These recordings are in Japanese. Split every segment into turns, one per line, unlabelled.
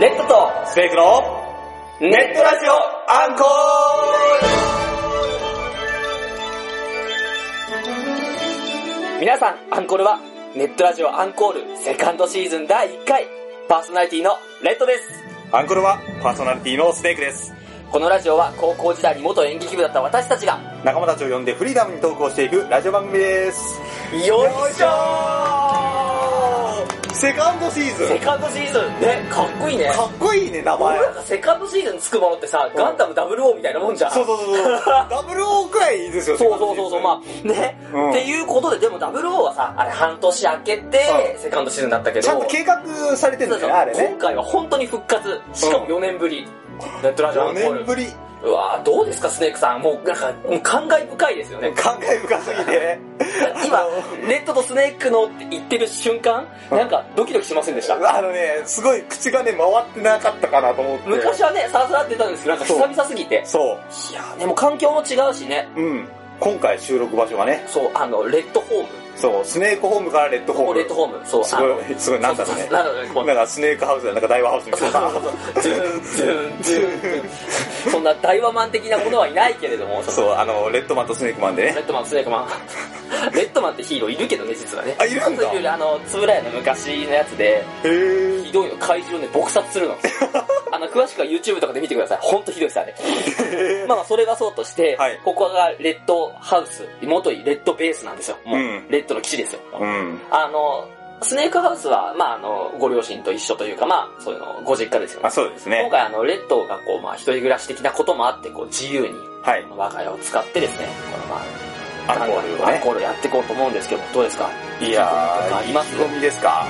レッドと
スペークのネットラジオアンコ
皆さんアンコールはネットラジオアンコールセカンドシーズン第1回パーソナリティのレッドです
ールアンコールはパーソナリティのスペークです。
このラジオは高校時代に元演劇部だった私たちが
仲間たちを呼んでフリーダムに投稿していくラジオ番組です。
よいしょ
セカンドシーズ
セ
ン
カンドシーズンねかっこいいね
かっこいいね、名前
俺。らがセカンドシーズンつくものってさ、ガンダム00みたいなもんじゃん
そうそうそうそう。ダブルオーくらいですよ、
そうそうそうそう、まあ、ね、
うん
っていうことで、でも00はさ、あれ半年明けて
う、ん
セカンドシーズンだったけど、
ちゃんと計画されてるんだよね、あれ
今
ね。
回は本当に復活。しかも4年ぶり。ネットラジオア
4
ンコー
年
ル。
ぶり。
うわぁ、どうですか、スネークさん。もう、なんか、もう感慨深いですよ ね。
感慨深すぎて。
今
あの、
レッドとスネークのって言ってる瞬間、なんかドキドキしませんでした。
あのね、すごい口がね、回ってなかったかなと思って。
昔はね、さらさらって言ったんですけど、なんか久々すぎて。
そ
いやーでも環境も違うしね。
う。うん。今回収録場所がね、
そう、あの、レッドホーム。
そう、スネークホームからレッドホー
レッ
ム
ド。ホーム。そう、
す
あの
ごい、すごい、なんだろうね。
なんだろうねこう
なんかスネークハウスだ、なんかダイワハウスみたいな。
ズンズンズン そんな大和マン的なものはいないけれども、その
そう、あの、レッドマンとスネークマンで
レ
ね。
ッドマン、スネークマン。 レッドマンってヒーローいるけどね、実はね。
あいるんだ
そういるあの、つぶらやの昔のやつで、
へぇ
ひどいの、怪獣をね、撲殺する の。あの、詳しくは YouTube とかで見てください。ほんとひどいです、あれ。まあまあ、それがそうとして、
はい
ここがレッドハウス、元いレッドベースなんですよ。もう、
うん
レッドの基地ですよ。
うん。
あの、スネークハウスは、まあ、あの、ご両親と一緒というか、まあ、そういうの、ご実家ですよね
あ、。そうです
今
ね。
回あの、レッドがこう、まあ、一人暮らし的なこともあって、こう、自由に、
はい
こ。の我が家を使ってですね、このまあ、
アンコールを
アン
ね
コ。ールやっていこうと思うんですけど、どうですか
いや
あ
ー、
ります
意気込みですか。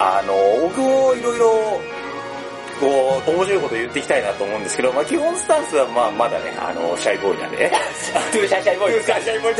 あの、僕もいろいろ、こう、面白いこと言っていきたいなと思うんですけど、まあ基本スタンスはまあまだね、あの、シャイボーイなんでね。
トゥーシャイシャイボーイ。
シャイシャイボー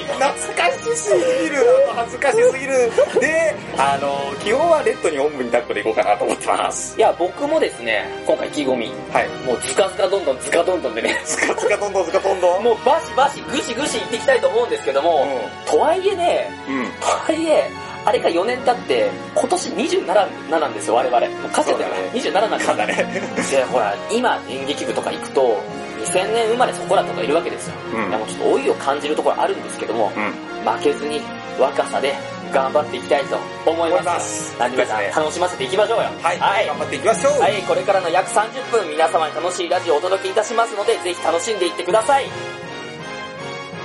イ
出たトゥーシャイシャイボーイ。
懐かしすぎる恥ずかしすぎるで、あの、基本はレッドにおんぶに抱っこでいこうかなと思ってます。
いや、僕もですね、今回意気込み、
はい。
もう、ずかずかどんどんずかどんどんでね、
スカスカどんどんスカどんど ん。
もう、バシバシ、ぐしぐし行っていきたいと思うんですけども、とはいえね、
うん。うん。
とはいえ、あれから4年経って、今年27なんですよ、我々。もうかせて
そうだね
27なんです
な
よ
ん。だね。
でほら今演劇部とか行くと2000年生まれそこらとかいるわけですよ、
うん
でもちょっと老いを感じるところあるんですけども
う、ん。
負けずに若さで頑張っていきたいと思い
思い
ま
ますす
何でさん
です
楽しませていきましょうよ
はい。
はい
頑張っていきましょう。
はいこれからの約30分皆様に楽しいラジオをお届けいたしますのでぜひ楽しんでいってください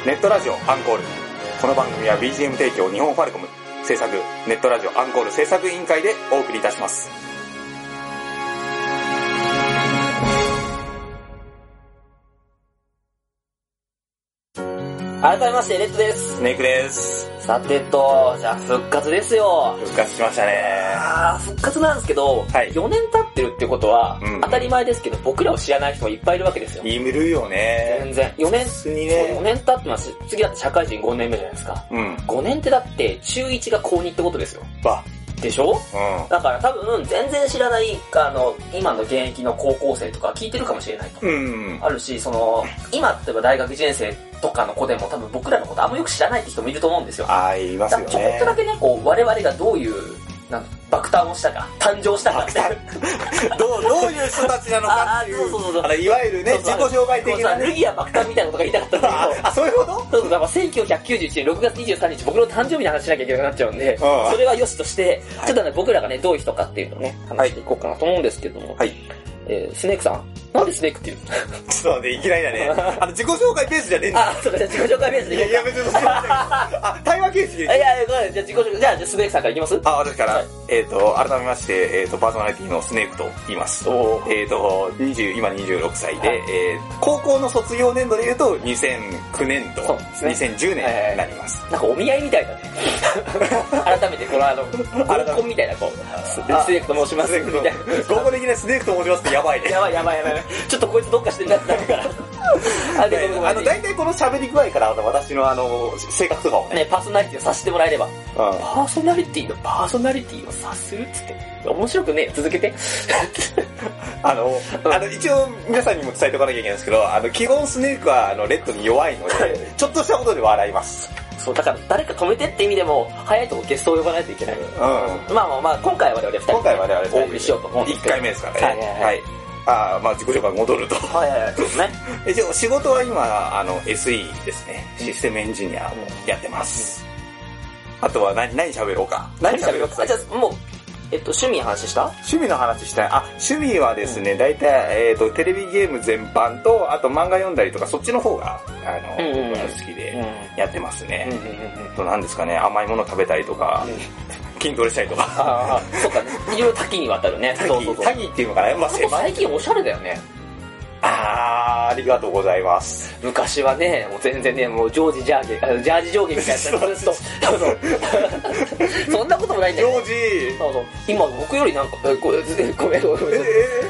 ネットラジオアンコール。この番組は BGM 提供日本ファルコム制作ネットラジオアンコール制作委員会でお送りいたします。
改めましてレッドです
スネークです。
さてとじゃあ復活ですよ
復活しましたね。
あー復活なんですけど、
はい
4年経ってるってことは、
うん
当たり前ですけど僕らを知らない人もいっぱいいるわけですよ
いるよね。
全然。4年、
普通に
4
ね。
年経ってます。次だって社会人5年目じゃないですか。
うん。
5年ってだって中1が高2ってことですよ。
ば。
でしょ
う
だから多分全然知らない、あの、今の現役の高校生とか聞いてるかもしれないと。
ん。うん。
あるし、その、今例えば大学1年生とかの子でも多分僕らのことあんまよく知らないって人もいると思うんですよ。
あー、言いま
だ
す
から
よね。
ちょこっとだけね、こう、我々がどういう、なん爆誕をしたか、誕生したかって。
どう、どういう人たちなのかってい
ああそうそうそう
う。あの、いわゆるね、自己紹介的な
こうさル
ね。
ギア爆誕みたいなことが言いたかったんだ
あ
けど、
あ、そういうこと
そうそう、だから1991年6月23日、僕の誕生日の話しなきゃいけなくなっちゃうんで、
うん
それは良しとして、ちょっとね、僕らがね、どういう人かっていうのをね、話していこうかなと思うんですけども、
はい。
えー、スネークさん、なんでスネークっていうの
ちょっとね、いきなりだね。あの、自己紹介ペースじゃねえんだ。
あ、そうか、じゃあ自己紹介ベース
い
でいこ
や、
う
いや、別にそうじゃない。あ、対話形式でい い
か。いやいや、ごめんじゃあ自己紹介、じゃあ、じゃあスネークさんからいきます
あ、私から、
はい
えっ、と、改めまして、えっ、と、パーソナリティのスネークと言います。
おー
えっ、と、20、今26歳で、
はい
えー高校の卒業年度で言うと、2009年度、
そうですね
2010年になります。
なんかお見合いみたい だね。改めて、このあの、合コンみたいな、こう、ス
あ
スネークと申します、みたいな。
合コンできないスネークと申しますってやばいね。
やばいやばいやばい。ちょっとこいつどっかしてんだってなる から。あ、でもごめん
あの、大体この喋り具合から、あの私のあの、性格とかをね、
ね、パーソナリティをさせてもらえれば。
うん
パーソナリティのパーソナリティを察するっつって。面白くねえよ続けて。
あの、あの、一応皆さんにも伝えておかなきゃいけないんですけど、あの、基本スネークは、あの、レッドに弱いので、ちょっとしたことで笑います。
そう、だから誰か止めてって意味でも、早いとこゲストを呼ばないといけない。
うん。
まあまあまあ、今回は我々二人。
今回はね、あれ、
お送りしようと思うんです
1
けど。
回目ですからね。
はいはい
は
はい
い。ああ、まあ自己紹介戻ると。
はいはいはい、そうですね。
一応仕事は今、あの、SE ですね。システムエンジニアをやってます。あとは何、何喋ろうか。
何喋ろう
か
か。あじゃあ、もう、えっと、趣味の話した
趣味の話したい。あ、趣味はですね、大体、えっ、と、テレビゲーム全般と、あと漫画読んだりとか、そっちの方が、あの、
うんうんうん
僕は好き
うん。う
で
ん
やってます
うんう
ね。
ん
あと何ですかね、甘いもの食べたりとか、筋トレしたりと か。
ああ、そうか、いろいろ多岐にわたるね。
タ
そう
ギ
そう、そ
タ
う。
ギっていうのかなまあ、
結構
狭い。
最近おしゃれだよね。
あー、ありがとうございます。
昔はね、もう全然ね、もうジョージジャーゲ、あのジャージ上下みたいなやつずっと、そう そんなこともないんだ
ジ
け
ョ
ど。
ージ
そうそう今僕よりなんか、えごめん、ごめん、ごめんごめん。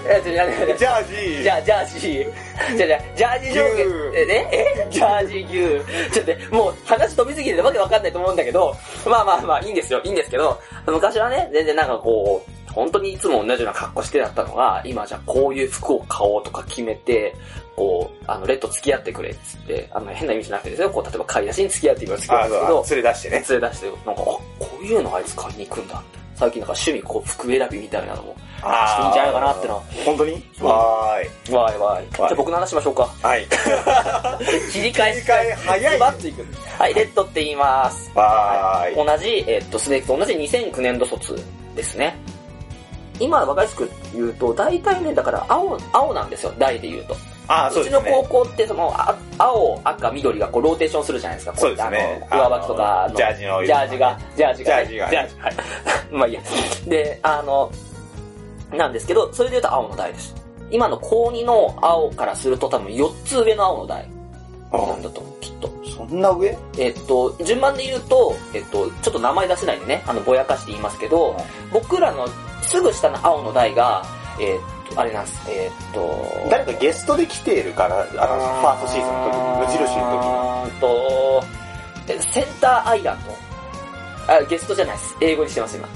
えじゃあ
えー、ジャージ
じゃあ、ジャージー。じゃあ、じゃあ、ジャージ上下。え、ねえジャージ牛。ちょっとね、もう話飛びすぎてわけわかんないと思うんだけど、まあまあまあ、いいんですよ、いいんですけど、昔はね、全然なんかこう、本当にいつも同じような格好してだったのが、今じゃあこういう服を買おうとか決めて、こう、あの、レッド付き合ってくれっつって、あの、変な意味じゃなくてですよ、こう、例えば買い出しに付き合ってくれって言
あ
うんですけど
ー、、連れ出してね。
連れ出して、なんか、あ、こういうのあいつ買いに行くんだ、みたいな。最近なんか趣味、こう、服選びみたいなのも、していいんじゃないかなってのは。
本当に
ん
わーい。
わいわい。じゃあ僕の話しましょうか。
はい。
切り替え
切り替え早い
ズバッといく。はい、レッドって言います。
わーい。
同じ、えっと、スネークと同じ2009年度卒ですね。今、わかりやすく言うと、大体ね、だから、青、青なんですよ、大で言うと。
あー、そう
ち
です
の
ね。
高校って、その、あ青、赤、緑が、こう、ローテーションするじゃないですか。こ
そうですね
あの上履きとか
あの、ジャージの色
ジャージが、ジャージがね、
ジャージが
ジャージ、はい。 まあいいや。で、あの、なんですけど、それで言うと青の台です。今の高2の青からすると多分4つ上の青の台なんだと思う、きっと。
そんな上
えっと、順番で言うと、えっと、ちょっと名前出せないんでね、あの、ぼやかして言いますけど、僕らのすぐ下の青の台が、えっと、あれなんです、えっと、
誰かゲストで来ているから、あの、ファーストシーズンの時に、無印の
の時と、えセンターアイランド。あ、ゲストじゃないです。英語にしてます、今。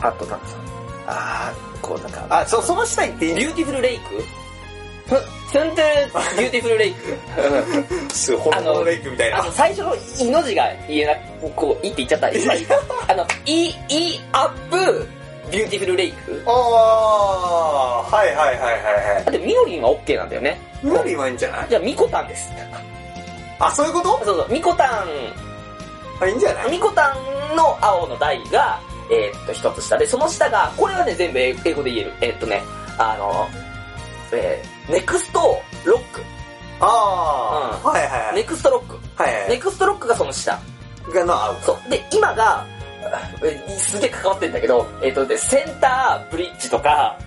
あと、なんですか。あー、こうなんか、
時。あ、そ、その下行っていい
ビューティフルレイクセンタービューティフルレイク。
すごい、
あの
ホロレイクみたい
あ
な
の、。最初のいの字が言えなく、こう、いって言っちゃった。今、あの、い、い、アップ、ビューティフルレイク。
あー、はいはいはいはいは
だ
い。
って、みおりんは OK なんだよね。
無理はいいんじゃない
じゃあ、みこたんです。
あ、そういうこと
そうそう、みこたん、
あ、いいんじゃない
みこたんの青の台が、えーっと、一つ下で、その下が、これはね、全部英英語で言える。えーっとね、あの、えー、ネクストロック。
あー、はいはいは
ネ
い。
クストロック。
はいは
ネクストロックがその下。
い。がの、あ、
そう。で、今が、えすげえ関わってんだけど、えーっと、で、センターブリッジとか、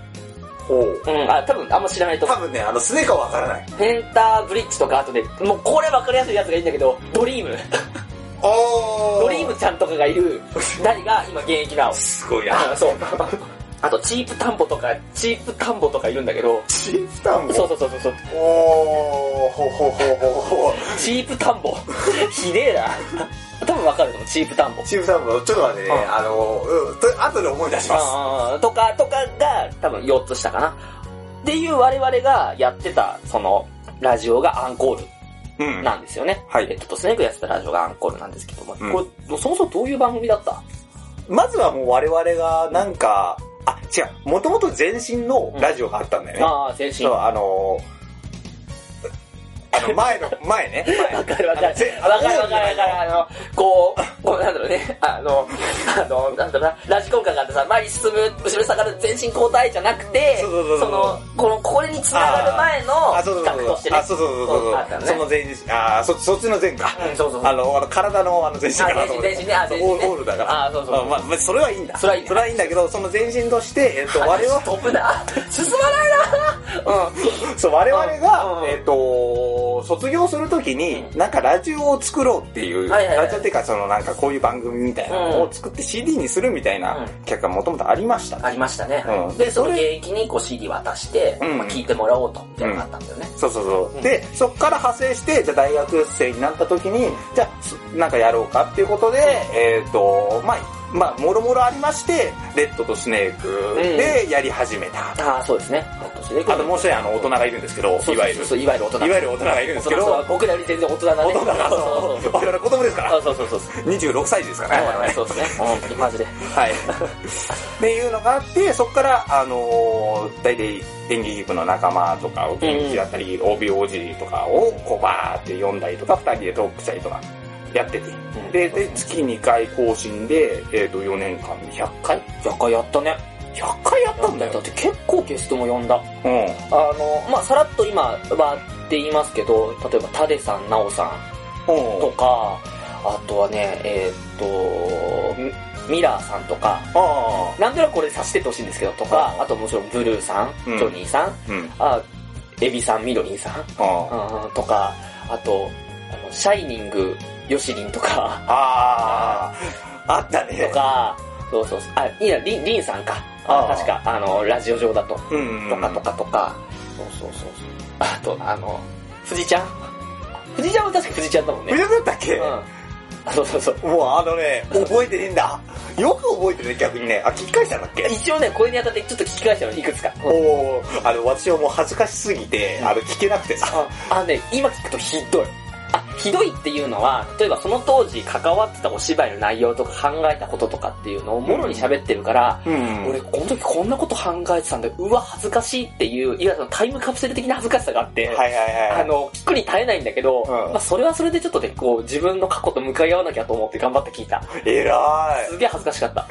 ほう。
うん、あ、多分あんま知らないと思
多
う。
分ね、あの、スネーカーはわからない。
センターブリッジとか、あとね、もうこれ分かりやすいやつがいいんだけど、ドリーム。
お
ドリームちゃんとかがいる、誰が今現役なの。
すごいな。
あそう。 あと、チープ田んぼとか、チープ田んぼとかいるんだけど、
チーフタン
そうそうそうそうそう、
おー、ほほほほほ。
チープ田んぼ。 ひでえな。多分わかると思う、チープ田んぼ。
チーフタンボ、ちょっと待ってね、
うん
あの、うん、と後で思い出します。
あーとか、とかが多分4つ下かな。っていう我々がやってた、その、ラジオがアンコール
うん
なんですよね。
はい
えっと、スネークやってたラジオがアンコールなんですけども、
うん
これ、そもそもどういう番組だった
まずはもう我々がなんか、あ、違う、もともと前身のラジオがあったんだよね。
ああ、全身。
そう、
わ
あのー、あの前の、前 ね。前
かるわかる。わかるわかるわかる。あの、こう、こうなんだろうね。あの、あの、なんだろうな。ラジコンカーがあってさ、前に進む、後ろに下がる、全身交代じゃなくて、
そうそうそうそう
の、この、これに繋がる前の
あ、そうそう
企画
そう
として。ね
あ、。そうそうそう
そうあっ
そ
た
う。
ね
その前日、あー、そ、そっちの前か。
うん、そうそうそ
あ
う。
の、あの体のあの全身かなと思
あ
って。
全身全身ねあ全身ね
オールオールだから。
あそうそう
まあ、まあ、それはいいんだ。
それはいいんだ
んだけど、その前身として、えっと、我々、
飛ぶな。 進まないな。うん。
そう、我々
うん
が
う、ん
えっと、卒業するときに、なんかラジオを作ろうっていう、
はいはいはい
ラジオっていうか、そのなんかこういう番組みたいなのを作って CD にするみたいな
うん
客がもともとありました。
ありましたね。
うん
で、その現役にこう CD 渡して、
うん
まあ、聞いてもらおうと、みたいなのがあったんだよね。
そうそうそう。
うん
で、そっから派生して、じゃあ大学生になったときに、じゃあ、そなんかやろうかっていうことで、えっと、まあ、まあ、もろもろありまして、レッドとスネークでやり始めた。
ああ、そうですね。レッドシネコ
あともう一人あの、大人がいるんですけど、
そうそうそう
いわゆる。
そういわゆる大人
いわゆる大人がいるんですけ
そうそう
ど、
僕らより全然大人な
大
ね。
人が、
そうそうそう
我々子供ですから。
そうそうそうそう。
26歳児ですからね。我々
そうですね。本当にマジで。
はい。っていうのがあって、そこから、あのー大体演劇部の仲間とか、元気だったり、OBOG とかを、こう、バーって読んだりとか、二人でトークしたりとか、やってて。で、で、月2回更新で、えっ、と、4年間で100回
100回やったね。
100回やったんだ
だ
よ
っ。て結構ゲストも呼んだ。
うん。
あの、まあ、さらっと今はって言いますけど、例えば、タデさん、ナオさん
う
と
ん。
か、あとはね、えーっと、ミラーさんとか、
あ
なんとなくこれ察してってほしいんですけど、とか、あともちろんブルーさん、ジ
うん
ョニーさん、
あ。うん。
あエビさん、ミドリンさん、
あ
うんとか、あと、あのシャイニング、ヨシリンとか、
あー。あった
と
ね。
か、そうそうそう、あ、いいな、リン、リンさんか。あ
あー
確か、あの、ラジオ上だと。
うん
とかと。かとか、そうそうそうそう。あと、あの、藤井ちゃん藤井ちゃんは確か藤井ちゃんだもんね。
無
うん。
駄だったっけ、
あそうそうそう。
もうあのね、覚えてねえんだ。よく覚えてるね、逆にね。あ、聞き返したんだっけ
一応ね、これにあたってちょっと聞き返したの、いくつか。うん
おーあの、私はもう恥ずかしすぎて、あの、聞けなくてさ。
ああのね、今聞くとひどい。あ、ひどいっていうのは、例えばその当時関わってたお芝居の内容とか考えたこととかっていうのをもろに喋ってるから、
うん
俺、この時こんなこと考えてたんだよ。うわ、恥ずかしいっていう、いわゆるそのタイムカプセル的な恥ずかしさがあって、
はいはいはい。
あの、聞くに耐えないんだけど、
ん
まあそれはそれでちょっとね、こう、自分の過去と向かい合わなきゃと思って頑張って聞いた。
偉い。
すげえ恥ずかしか った。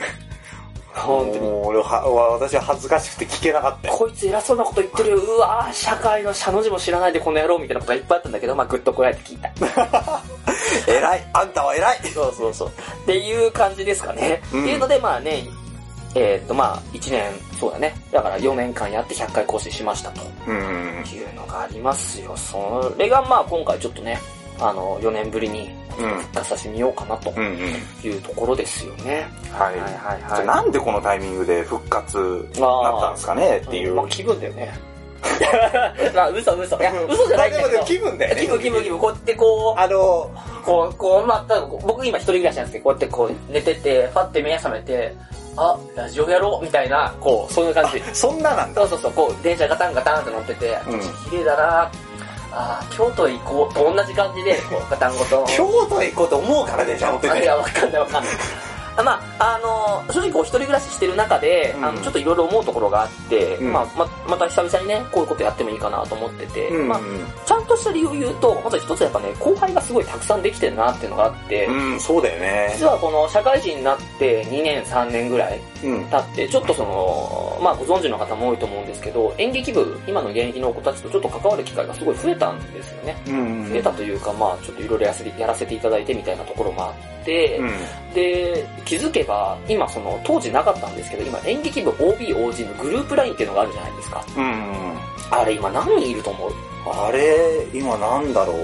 本当に。
もう俺は、私は恥ずかしくて聞けなか ったよ。
こいつ偉そうなこと言ってるよ。うわー社会の社の字も知らないでこの野郎みたいなことがいっぱいあったんだけど、まあグッとこらえて聞いた。
偉い。あんたは偉い。
そうそうそう。っていう感じですかね。
うん
っていうので、まあね、えーっとまあ1年、そうだね。だから4年間やって100回更新しましたと。
うん
っ。ていうのがありますよ。それがまあ今回ちょっとね、あの、4年ぶりに
うん。
出させてみようかなと
うんうん。
いうところですよね。
はい。
はいはい
じゃ
は
あ
い。
なんでこのタイミングで復活になったんですかねっていう。
まあ気分だよね。 まあ嘘嘘。いや、嘘じゃないんだけ
まあで
ど。
も気分だよね。
気分気分気分。こうやってこ
あの、
う、こう、こう、まあ、ただ僕今一人暮らしなんですけど、こうやってこう寝てて、ファって目が覚めて、あ、ラジオやろうみたいな、こう、そういう感 じ。
そんななんだ。
そうそうそう、こう、電車ガタンガタンって乗ってて、
うん
綺麗だなあー京都行こうと同じ感じで、こう、ガタンゴトン。
京都へ行こうと思うからね、じゃあ、本当に
あい
ね。
や、わかんないわかんない。あ まあ、あの、正直お一人暮らししてる中で、
うん
あのちょっといろいろ思うところがあって、
うん
まあ、ま、また久々にね、こういうことやってもいいかなと思ってて、
うん
まあ、ちゃんとした理由を言うと、まず一つやっぱね、後輩がすごいたくさんできてるなっていうのがあって、
うん、そうだよね。
実はこの社会人になって2年3年ぐらい
うん。
経って、ちょっとその、まあご存知の方も多いと思うんですけど、演劇部、今の現役の子たちとちょっと関わる機会がすごい増えたんですよね。
うん
増えたというか、まあちょっといろいろやらせてやらせていただいてみたいなところもあって、
うん。
で、気づけば、今その、当時なかったんですけど、今演劇部 OBOG のグループラインっていうのがあるじゃないですか。
うん。
あれ今何人いると思う
あれ、今なんだろう。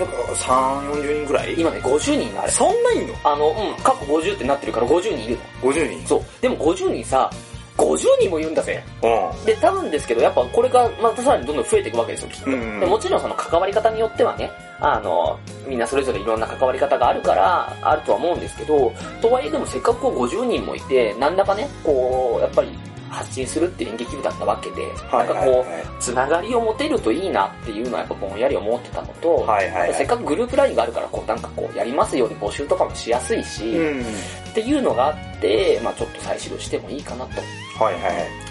やっぱ3、40人ぐらい
今ね、50人のあれ。
そんないんの
あの、うん、過去50ってなってるから50人いるの。
?50 人。
そう。でも50人さ、50人もいるんだぜ。
う
で、多分ですけど、やっぱこれがまたさらにどんどん増えていくわけですよ、きっと。
うんうん
でもちろんその関わり方によってはね、あの、みんなそれぞれいろんな関わり方があるから、あるとは思うんですけど、とはいえでもせっかくこう50人もいて、なんだかね、こう、やっぱり発信するっていう演劇部だったわけで、
はい
なんかこう、つながりを持てるといいなっていうのはやっぱぼんやり思ってたのと、
はいはいはい
せっかくグループラインがあるから、こうなんかこう、やりますように募集とかもしやすいし、
うん。
っていうのがあって、まあちょっと再始動してもいいかなと。
はいはい。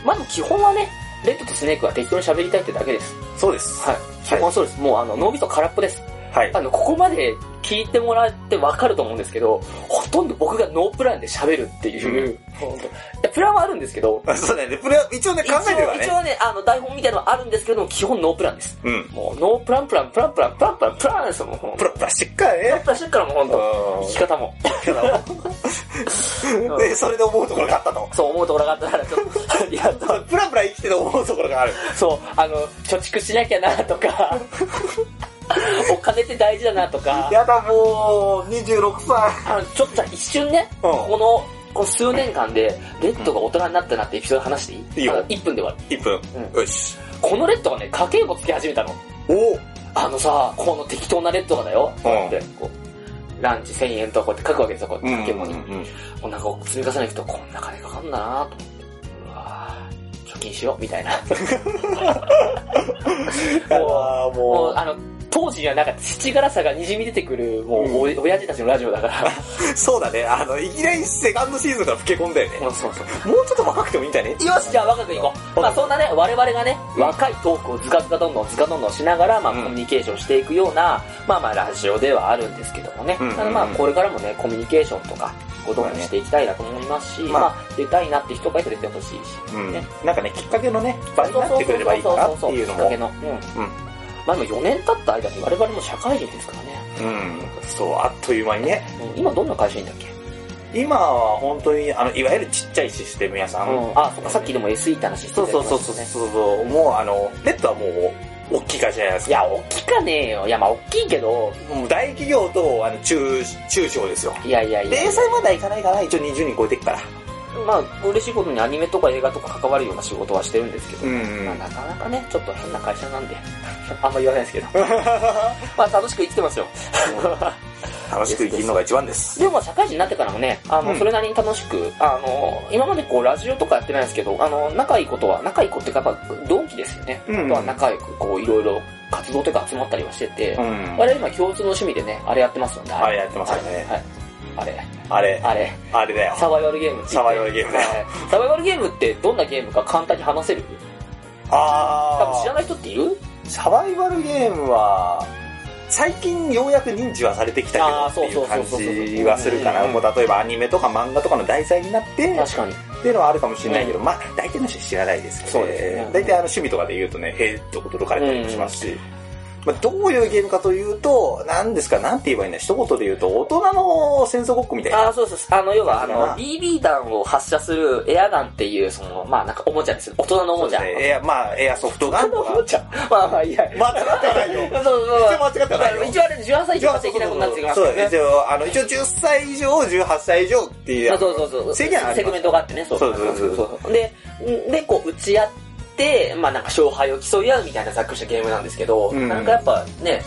まず基本はね、レッドとスネークは適当に喋りたいってだけです。
そうです。
はい。基本はそうです。もうあの、脳みそ空っぽです。
はい
あ。の、ここまで聞いてもらってわかると思うんですけど、ほとんど僕がノープランで喋るっていう、ほんといやプランはあるんですけど、
そうだよね。これは一応ね、考えてるわ
一応一
ね。
応ね、あの、台本みたいなのはあるんですけども、基本ノープランです。
うん。
もう、ノープランプラン、プランプラン、プランプラン、プランですよ、もう。ほんと
プラプラしてっから
プラン
ね。
プランしてるからもうほんと、生き
う
方も。
ん。 で、それで思うところがあったと。
そう思うところがあったから、ちょっと、 やっと、
プラプラ生きてて思うところがある。
そう、あの、貯蓄しなきゃなとか、お金って大事だなとか、
やだもう、26歳。
あの、ちょっと一瞬ね、
うん
この、この数年間で、レッドが大人になったなってエピソード話していい
いいよ
あの1分で終わる。
1分。よし。
このレッドがね、家計簿つけ始めたの。
お
あのさ、この適当なレッドがだよ、
うん
ってこうランチ1000円とかこうやって書くわけですよ、こうやって、掛け物に。
うんうんうん
もうなんか積み重ねていくと、こんな金かかんだなと思って、うわぁ、貯金しよう、み たいな。も
あー
う、もう
も
あの、当時にはなんか土辛さが滲み出てくる、もう、お親父たちのラジオだから。
う、そうだね。あの、いきなりセカンドシーズンから老け込んだよね。
もうそうそう。
もうちょっと若くてもいいんじゃね
よし、じゃあ若くいこう。まあそんなね、我々がね、
うん
若いトークをズカズカどんどんズカどんどんしながら、まあ
うん
コミュニケーションしていくような、まあまあラジオではあるんですけどもね。
うんうんうん
ただまあこれからもね、コミュニケーションとか、こうどんどんしていきたいなと思いますし、
まあ
まあ出たいなって人がいたら出てほしいし。
うん
ね。
なんかね、きっかけのね、場になってくれればいいかなっていうの
そそそ。そきっ
も
かけの。うん。まあでも4年経った間に我々も社会人ですからね。
うん。そう、あっという間にね。
うん今どんな会社員だっけ
今は本当に、あの、いわゆるちっちゃいシステム屋さん。
うん。あ、そっか、さっきでも SE って話してた
そう
よね
そうそうそうそうそう。もうあの、レッドはもう、大きい会社じゃないです
い
か。
や、大きかねえよ。いや、まあ大きいけど、
もう大企業と、あの、中、中小ですよ。
いやいやいや。
零細まではいかないかな、一応20人超えてくから。
まあ、嬉しいことにアニメとか映画とか関わるような仕事はしてるんですけど、
ん
まあ、なかなかね、ちょっと変な会社なんで、 あんま言わないです けど。まあ、楽しく生きてますよ。
楽しく生きるのが一番です。
でも、社会人になってからもね、あの、
うん
それなりに楽しく、あの、今までこう、ラジオとかやってないんですけど、あの、仲いいことは、仲いい子っていうか、やっぱ、同期ですよね。
うん
とは仲良く、こう、いろいろ活動とか集まったりはしてて、
ん
我々今共通の趣味でね、あれやってますよね。
あれやってますよ
は
ね
い。はいはい
あれ、
あれ、あれ、
あれだよ。
サバイバルゲームって言って
サバイバルゲームだよ
はいサバイバルゲームってどんなゲームか簡単に話せる多分
あ
知らない人っている
ー、サバイバルゲームは、最近ようやく認知はされてきた
あーそう
け
そ
ど
う
って
そ
いうう
そう
感じはするかな。
うん
もう例えばアニメとか漫画とかの題材になって、
確かに。
っていうのはあるかもしれないけど、まあ、大体の人は知らないですけど、
そうですね
大体あの趣味とかで言うとね、へえって驚かれたりもしますし、まあ、どういうゲームかというと、何ですか、なんて言えばいいんだ、一言で言うと、大人の戦争ごっこみたいな。
ああ、そうです。あの、要は、あ
そうだ
の
な、
BB 弾を発射するエアガンっていう、その、まあなんかおもちゃです。大人のおもちゃ。
そうですねエア、まあ、エアソフトガンと
おも
か。
ちゃ。 まあまあ、いや。
間違ってはないよ。
そうそうそう。
一応間違ってはないよ
一応あれ、18歳以上的なことになってきますから
そう、
ね
一。応、あの、一応10歳以上、18歳以上っていう。
あそうそうそう。
制限はあり
セ
ま
グメ
す
ントがあってね、そう
そうそうそう
う。で、んで、こう、打ち合って、まあなんか勝敗を競い合うみたいなざっくりしたゲームなんですけど、
うん
なんかやっぱね、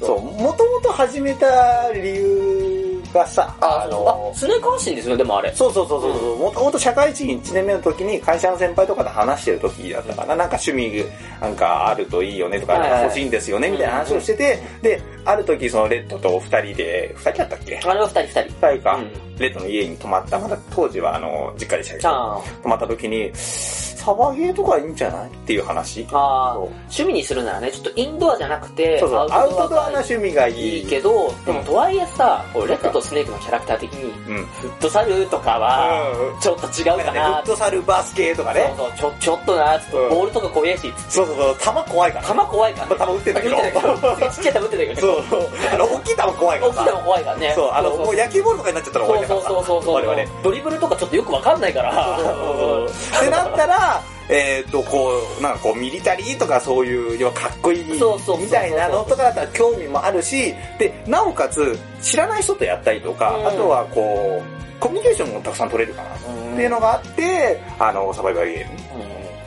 そう、もともと始めた理由がさ、
あの、あ、スネーク発信ですね、でもあれ。
そうそうそうそうそう。もともと社会人1年目の時に会社の先輩とかと話してる時だったかな。なんか趣味なんかあるといいよねとか、
はいはい
なんか欲しいんですよねみたいな話をしてて、で、ある時そのレッドと二人で、二人だったっけ
あれは二人二人。
二人か、
うん
レッドの家に泊まった。まだ当時はあの、実家でしたけ
じゃ
ど、
あ、
泊まった時に、サバゲーとかいいんじゃないっていう話。
あー
そう
趣味にするならね、ちょっとインドアじゃなくて、
そうそう、アウトドアな
が
趣味がい
い
い。
いけど、でもとはいえさ、こうレッドとスネークのキャラクター的に、
うん。
フットサルとかは、
うん
ちょっと違う
なん
か
かね、
な
フットサルバスケとかね。
そうそう、ちょ、ちょっとな、ちょっ
うん
とボールとか怖えし、
そうそうそう、球怖いから。
球怖いから、ね。
球打ってんだけど
打ってないちっちゃい球打ってないけど。
そうそう。あの、大きい球怖いか
大
ら
き
さ
い球怖いからね。
そう、あの、
そ
もう野球ボールとかになっちゃったら終わ
そうそうそ
りだからさ。
うそうそう。
我々。
ドリブルとかちょっとよくわかんない から。
ってなったら、えーっと、こう、なんかこう、ミリタリーとかそういう、要はかっこいい
そうそうそうそう
みたいなのとかだったら興味もあるし、で、なおかつ、知らない人とやったりとか、
うん
あとはこう、コミュニケーションもたくさん取れるかな、って
うん
いうのがあって、あの、サバイバルゲーム、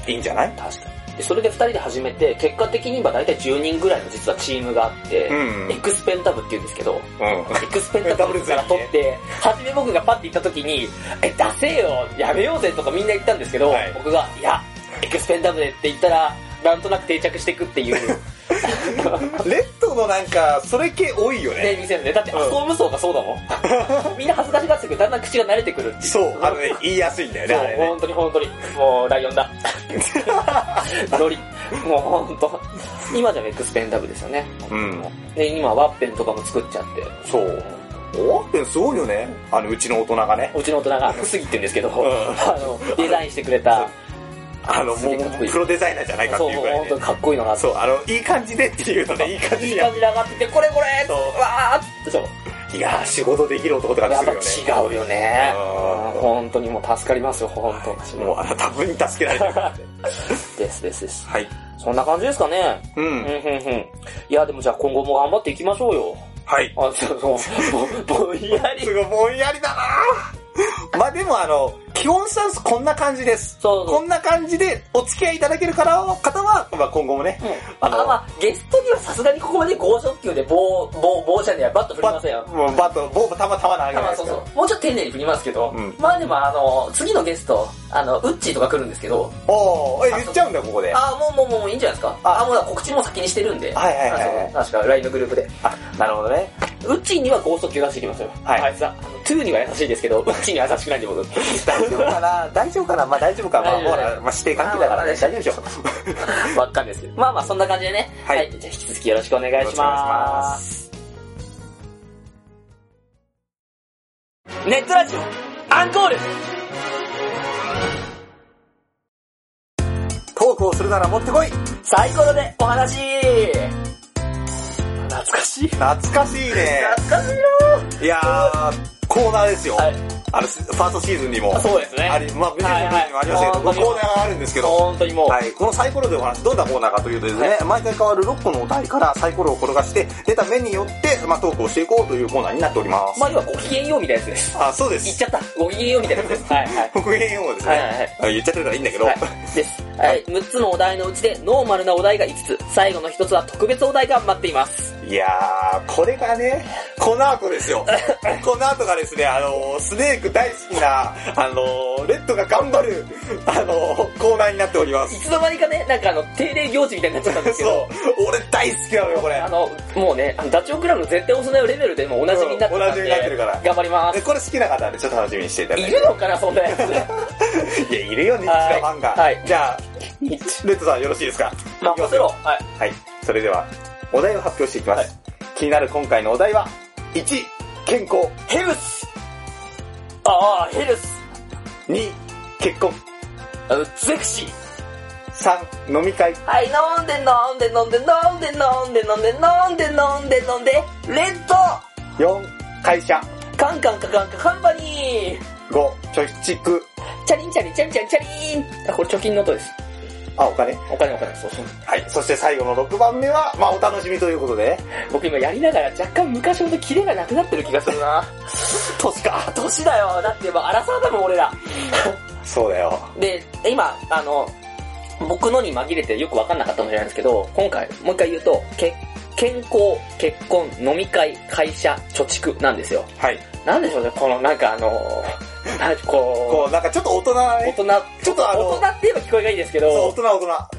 うん
いいんじゃない
確かに。で、それで2人で始めて、結果的に今大体10人ぐらいの実はチームがあって、
うん
エクスペンタブって言うんですけど、
うん。
エクスペンタブルから取って、初め僕がパッて行った時に、え、出せよ、やめようぜとかみんな言ったんですけど、
はい
僕が、いや、エクスペンダブルって言ったら、なんとなく定着していくっていう、
レッドのなんか、それ系多いよ
ね
ね。、
店のね。だって、アストーム層がそうだも ん。みんな恥ずかしがってくる。だんだん口が慣れてくるっていう。
そう、あのね、言いやすいんだよね、あ
もう
れね。
本当に本当に。もう、ライオン だ。ノリ。もう本当。今じゃエクスペンダブルですよね。
うん
で、今、ワッペンとかも作っちゃって。
そう。オープンすごいよね。あの、うちの大人がね。
うちの大人が、すぎって言うんですけど、
ん
あの、デザインしてくれた。
あの、
す
も
げ
う
えかっこいい
プロデザイナーじゃないかって
そう、
いう
もう
ぐらい
本
ね
当にかっこいいのがあって。
そう、あの、いい感じでっていうのね、いい感じ
い
に
い
や
感じで上がってきて、これこれ
そう
わーって、そう。
いやー、仕事できる男とか
やっぱ
するよね。
違うよね。
うん
本当にもう助かりますよ、本当。
もうあなた分に助けられて るからね。
ですですです。
はい。
そんな感じですかね。
う
うん、
ん。
うん、うん。いや、でもじゃあ今後も頑張っていきましょうよ。
はい。
あ、そうそう、ぼ、ぼんやり
す。ごいぼんやりだなまあでもあの、基本スタンスこんな感じです。
そうそう
こんな感じでお付き合いいただけるから方は、まあ今後もね、
あ
あの
まあ、ゲストにはさすがにここまで剛速球で棒、棒、棒じゃねえや、バット振りませんよ。
もうバット、ボーたまたまなわけ
ま
な
あ、
いです
そう
け
そ
ど。
う。もうちょっと丁寧に振りますけど、
うん
まあでもあの、次のゲスト、あの、ウッチーとか来るんですけど、
おーえ、言っちゃうんだよ、ここで。
ああ、もうもうもういいんじゃないですか。ああ、もう告知も先にしてるんで。
はいはいはいは
あ
い
そう確か、LINE のグループで。
あ、なるほどね。
ウッチーには剛速球出してきますよ。
はい
あいつは、あのトゥーには優しいですけど、ウッチーには優しくないんで 僕。
大丈夫かな大丈夫かなまあ大丈夫か。まあ
大丈夫
ほら、まあ指定関係だからね。
まあ
大丈夫でしょ。よろし く
ばっかですよ。まあまあ、そんな感じでね。
はい
じゃあ引き続きよろしくお願いします。
お願いします。
ネットラジオ、アンコール
トークをするなら持ってこい
サイコロでお話懐かしい。
懐かしいね。
懐かしい
いやー、コーナーですよ。
なはい。
あの、ファーストシーズンにも。
そうですね。
あり、まあ、別
はいはい
ににもありましたけど、まあコーナーがあるんですけど、
本当にもう、
はい、このサイコロでお話、どんなコーナーかというとですね、毎回変わる6個のお題からサイコロを転がして、出た目によって、まあ、トークをしていこうというコーナーになっております。
まあ要はご機嫌ようみたいなやつです。
あ、そうで
言っ
す
ち。ゃった。ご機嫌ようみたいなやつです。はいはい。
復元用語ですね、
はいはい
あ言っちゃってるからいいんだけど、
はい、です。はい、6つのお題のうちでノーマルなお題が5つ、最後の1つは特別お題が待っています。
い、やー、これがね、この後で すよ。この後がですね、あのースネーク大好きな、あのーレッドが頑張る、あのーコーナーになっておりま
い
す。
つの間にかね、なんかあの、定例行事みたいになっちゃったんですけ
そう
ど、、
俺大好きなのよ、これ
あ。の、もうね、あのダチョウ倶楽部の絶対押さないレベルでもうおなじみになって
うんお
た
なんじみ
で、
になってるから
頑張りま。
ですこれ好きな方はねちょっと楽しみにしていただい
い
て。
るのかな、そんなやつ。
いや、いるよ、ニッチなファンが。
はいはい
じゃあ、レッドさんよろしいですか
まあ、もちろん、はい。
はい。それでは、お題を発表していきます。気になる今回のお題は、1、健康。
ヘルスああ、ヘルス
2、結婚。
あのゼクシー
3、飲み会。
はい、飲んで飲んで飲んで飲んで飲んで飲んで飲んで飲んで飲んで、レッド
4、会社。
カンカンカカンカカンパニー
5、貯蓄。
チャリンチャリンチャリンチャリンチャリンあ、これ貯金の音です。
あ、お金。
お金お金、そうそう。
はい。そして最後の6番目は、まあ、お楽しみということで。
僕今やりながら若干昔ほどキレがなくなってる気がするな。
年か。
年だよ。だってまあ、荒沢だもん俺ら。
そうだよ。
で、今、あの、僕のに紛れてよくわかんなかったかもしれないんですけど、今回、もう一回言うと、け健康、結婚、飲み会、会社、貯蓄なんですよ。
はい。
なんでしょうね、このなんかあの、なんかこ
こう、なんかちょっと大人
う、大
ね、
人、
ちょっとあの
大人って言えば聞こえがいいですけ
そう、
ど、
大人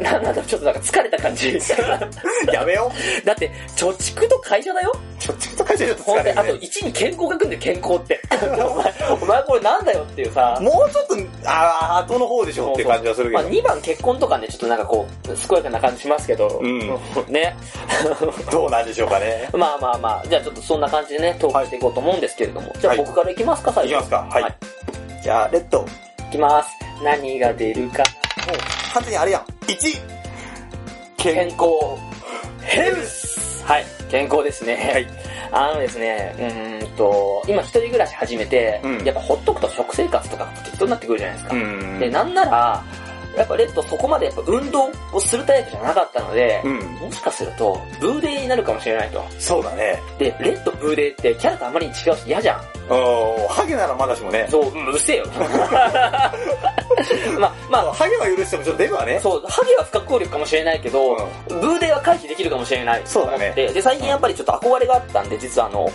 大
なんだかちょっとなんか疲れた感じ。
人。やめよ
だって、貯蓄と会社だよ
う。貯蓄と会社 ちょっと
ほん
疲
で、
れ
あと
るね。
1に健康が来るんだよ、健康って。 お前、お前これなんだよっていうさ。
もうちょっと、ああ、後の方でしょっていう感じはするけ
まあ
ど。
2番結婚とかね、ちょっとなんかこう、健やかな感じしますけど、
うん。
ね。
どうなんでしょうかね。
まあまあまあ、じゃあちょっとそんな感じでね、トークしていこうと思うんですけれども。じゃあ
はい
僕からいきますか、
い
最
き
後。
ますか。はい。
はい
じゃあ、レッド。もう、
いきます。何が出るか。
完全にあれやん。1、
健
健
康。ヘルスはい、健康ですね。
はい。
あのですね、うーんと、今一人暮らし始めて、
うん
やっぱほっとくと食生活とか適当になってくるじゃないですか。
ん
で、なんなら、やっぱレッドそこまでやっぱ運動をするタイプじゃなかったので、
うん。
もしかすると、ブーデーになるかもしれないと。
そうだね。
で、レッドブーデーってキャラとあまりに違うし嫌じゃん。
おーハゲならまだしもね。
そう、うんうるせえよ。 まあ、まあ、
ハゲは許してもちょっとデブはね。
そう、ハゲは不可抗力かもしれないけど、
う
ブーデーは回避できるかもしれない。
そうだね
で、で最近やっぱりちょっと憧れがあったんで、実はあの、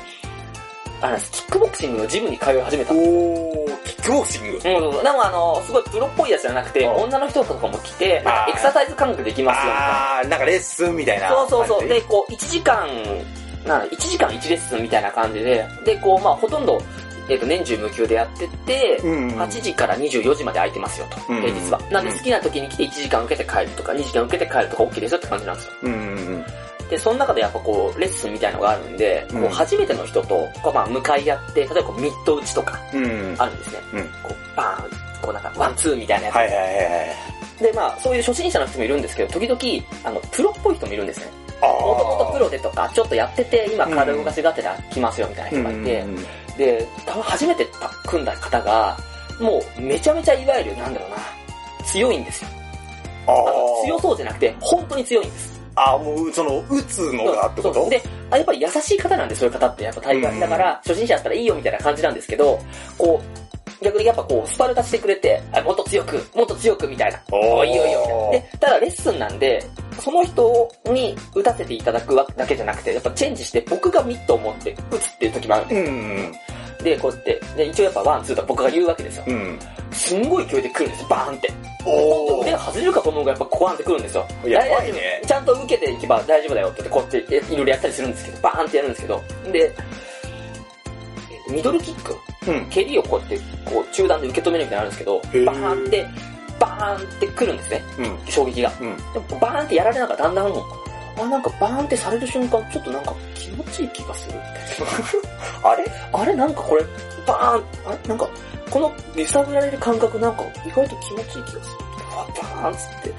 あの、キックボクシングのジムに通い始めたの。
おー、キックボクシング。
うん、でもあの、すごいプロっぽいやつじゃなくて、
うん
女の人とかも来て、
あー
エクササイズ感覚できますよみたいな。
あー、なんかレッスンみたいな。
そうそうそう。で、、こう、1時間、なん1時間1レッスンみたいな感じで、で、こう、まあ、ほとんど、えっ、と、年中無休でやってて、
うん。
8時から24時まで空いてますよと、
うん
平日は。なんで好きな時に来て1時間受けて帰るとか、2時間受けて帰るとか OK ですよって感じなんですよ。
うん。
で、その中でやっぱこう、レッスンみたいのがあるんで、
うん
こう、初めての人と、こう、まあ、向かい合って、例えばこう、ミット打ちとか
うん。
あるんですね。
うん
こう、バーン、こうなんか、ワンツーみたいなやつ。
はいはいはいはい。
で、まあ、そういう初心者の人もいるんですけど、時々、あの、プロっぽい人もいるんですね。
あー
もともとプロでとか、ちょっとやってて、今体動かしがてら来ますよみたいな人がいて、
うん
で、たま初めてパッ組んだ方が、もうめちゃめちゃいわゆる、なんだろうな、強いんですよ。
あ
あの
ー
強そうじゃなくて、本当に強いんです。
あー、もう、その、打つのがってこ
そう
と
で、あやっぱり優しい方なんで、そういう方って、やっぱ大概だから、初心者だったらいいよみたいな感じなんですけど、こう、逆にやっぱこう、スパルタしてくれて、あもっと強く、もっと強くみたいな。
おー
いいよいいよみたいな。で、ただレッスンなんで、その人に打たせていただくわけだけじゃなくて、やっぱチェンジして僕がミットを持って打つっていう時もあるんで
うん。
で、こうやって、で、一応やっぱワン、ツーと僕が言うわけですよ。
うん。
すんごい勢いで来るんですよ、バーンって。
お
腕が外れるかと思うぐらいやっぱコワンってくるんですよ。
やばいね
大丈夫ちゃんと受けていけば大丈夫だよって言って、こうやっていろいろやったりするんですけど、バーンってやるんですけど、で、ミドルキック、
うん。
蹴りをこうやって、こう中段で受け止めるみたいなのあるんですけ
へー
ど、バーンって、バーンって来るんですね、
うん。
衝撃が。
うん。
でもバーンってやられながらだんだんもう、あ、なんかバーンってされる瞬間、ちょっとなんか気持ちいい気がす るみたいな。
あれ
あれなんかこれ、バーンあれなんか、この揺さぶられる感覚なんか意外と気持ちいい気がする。あバーンっつって。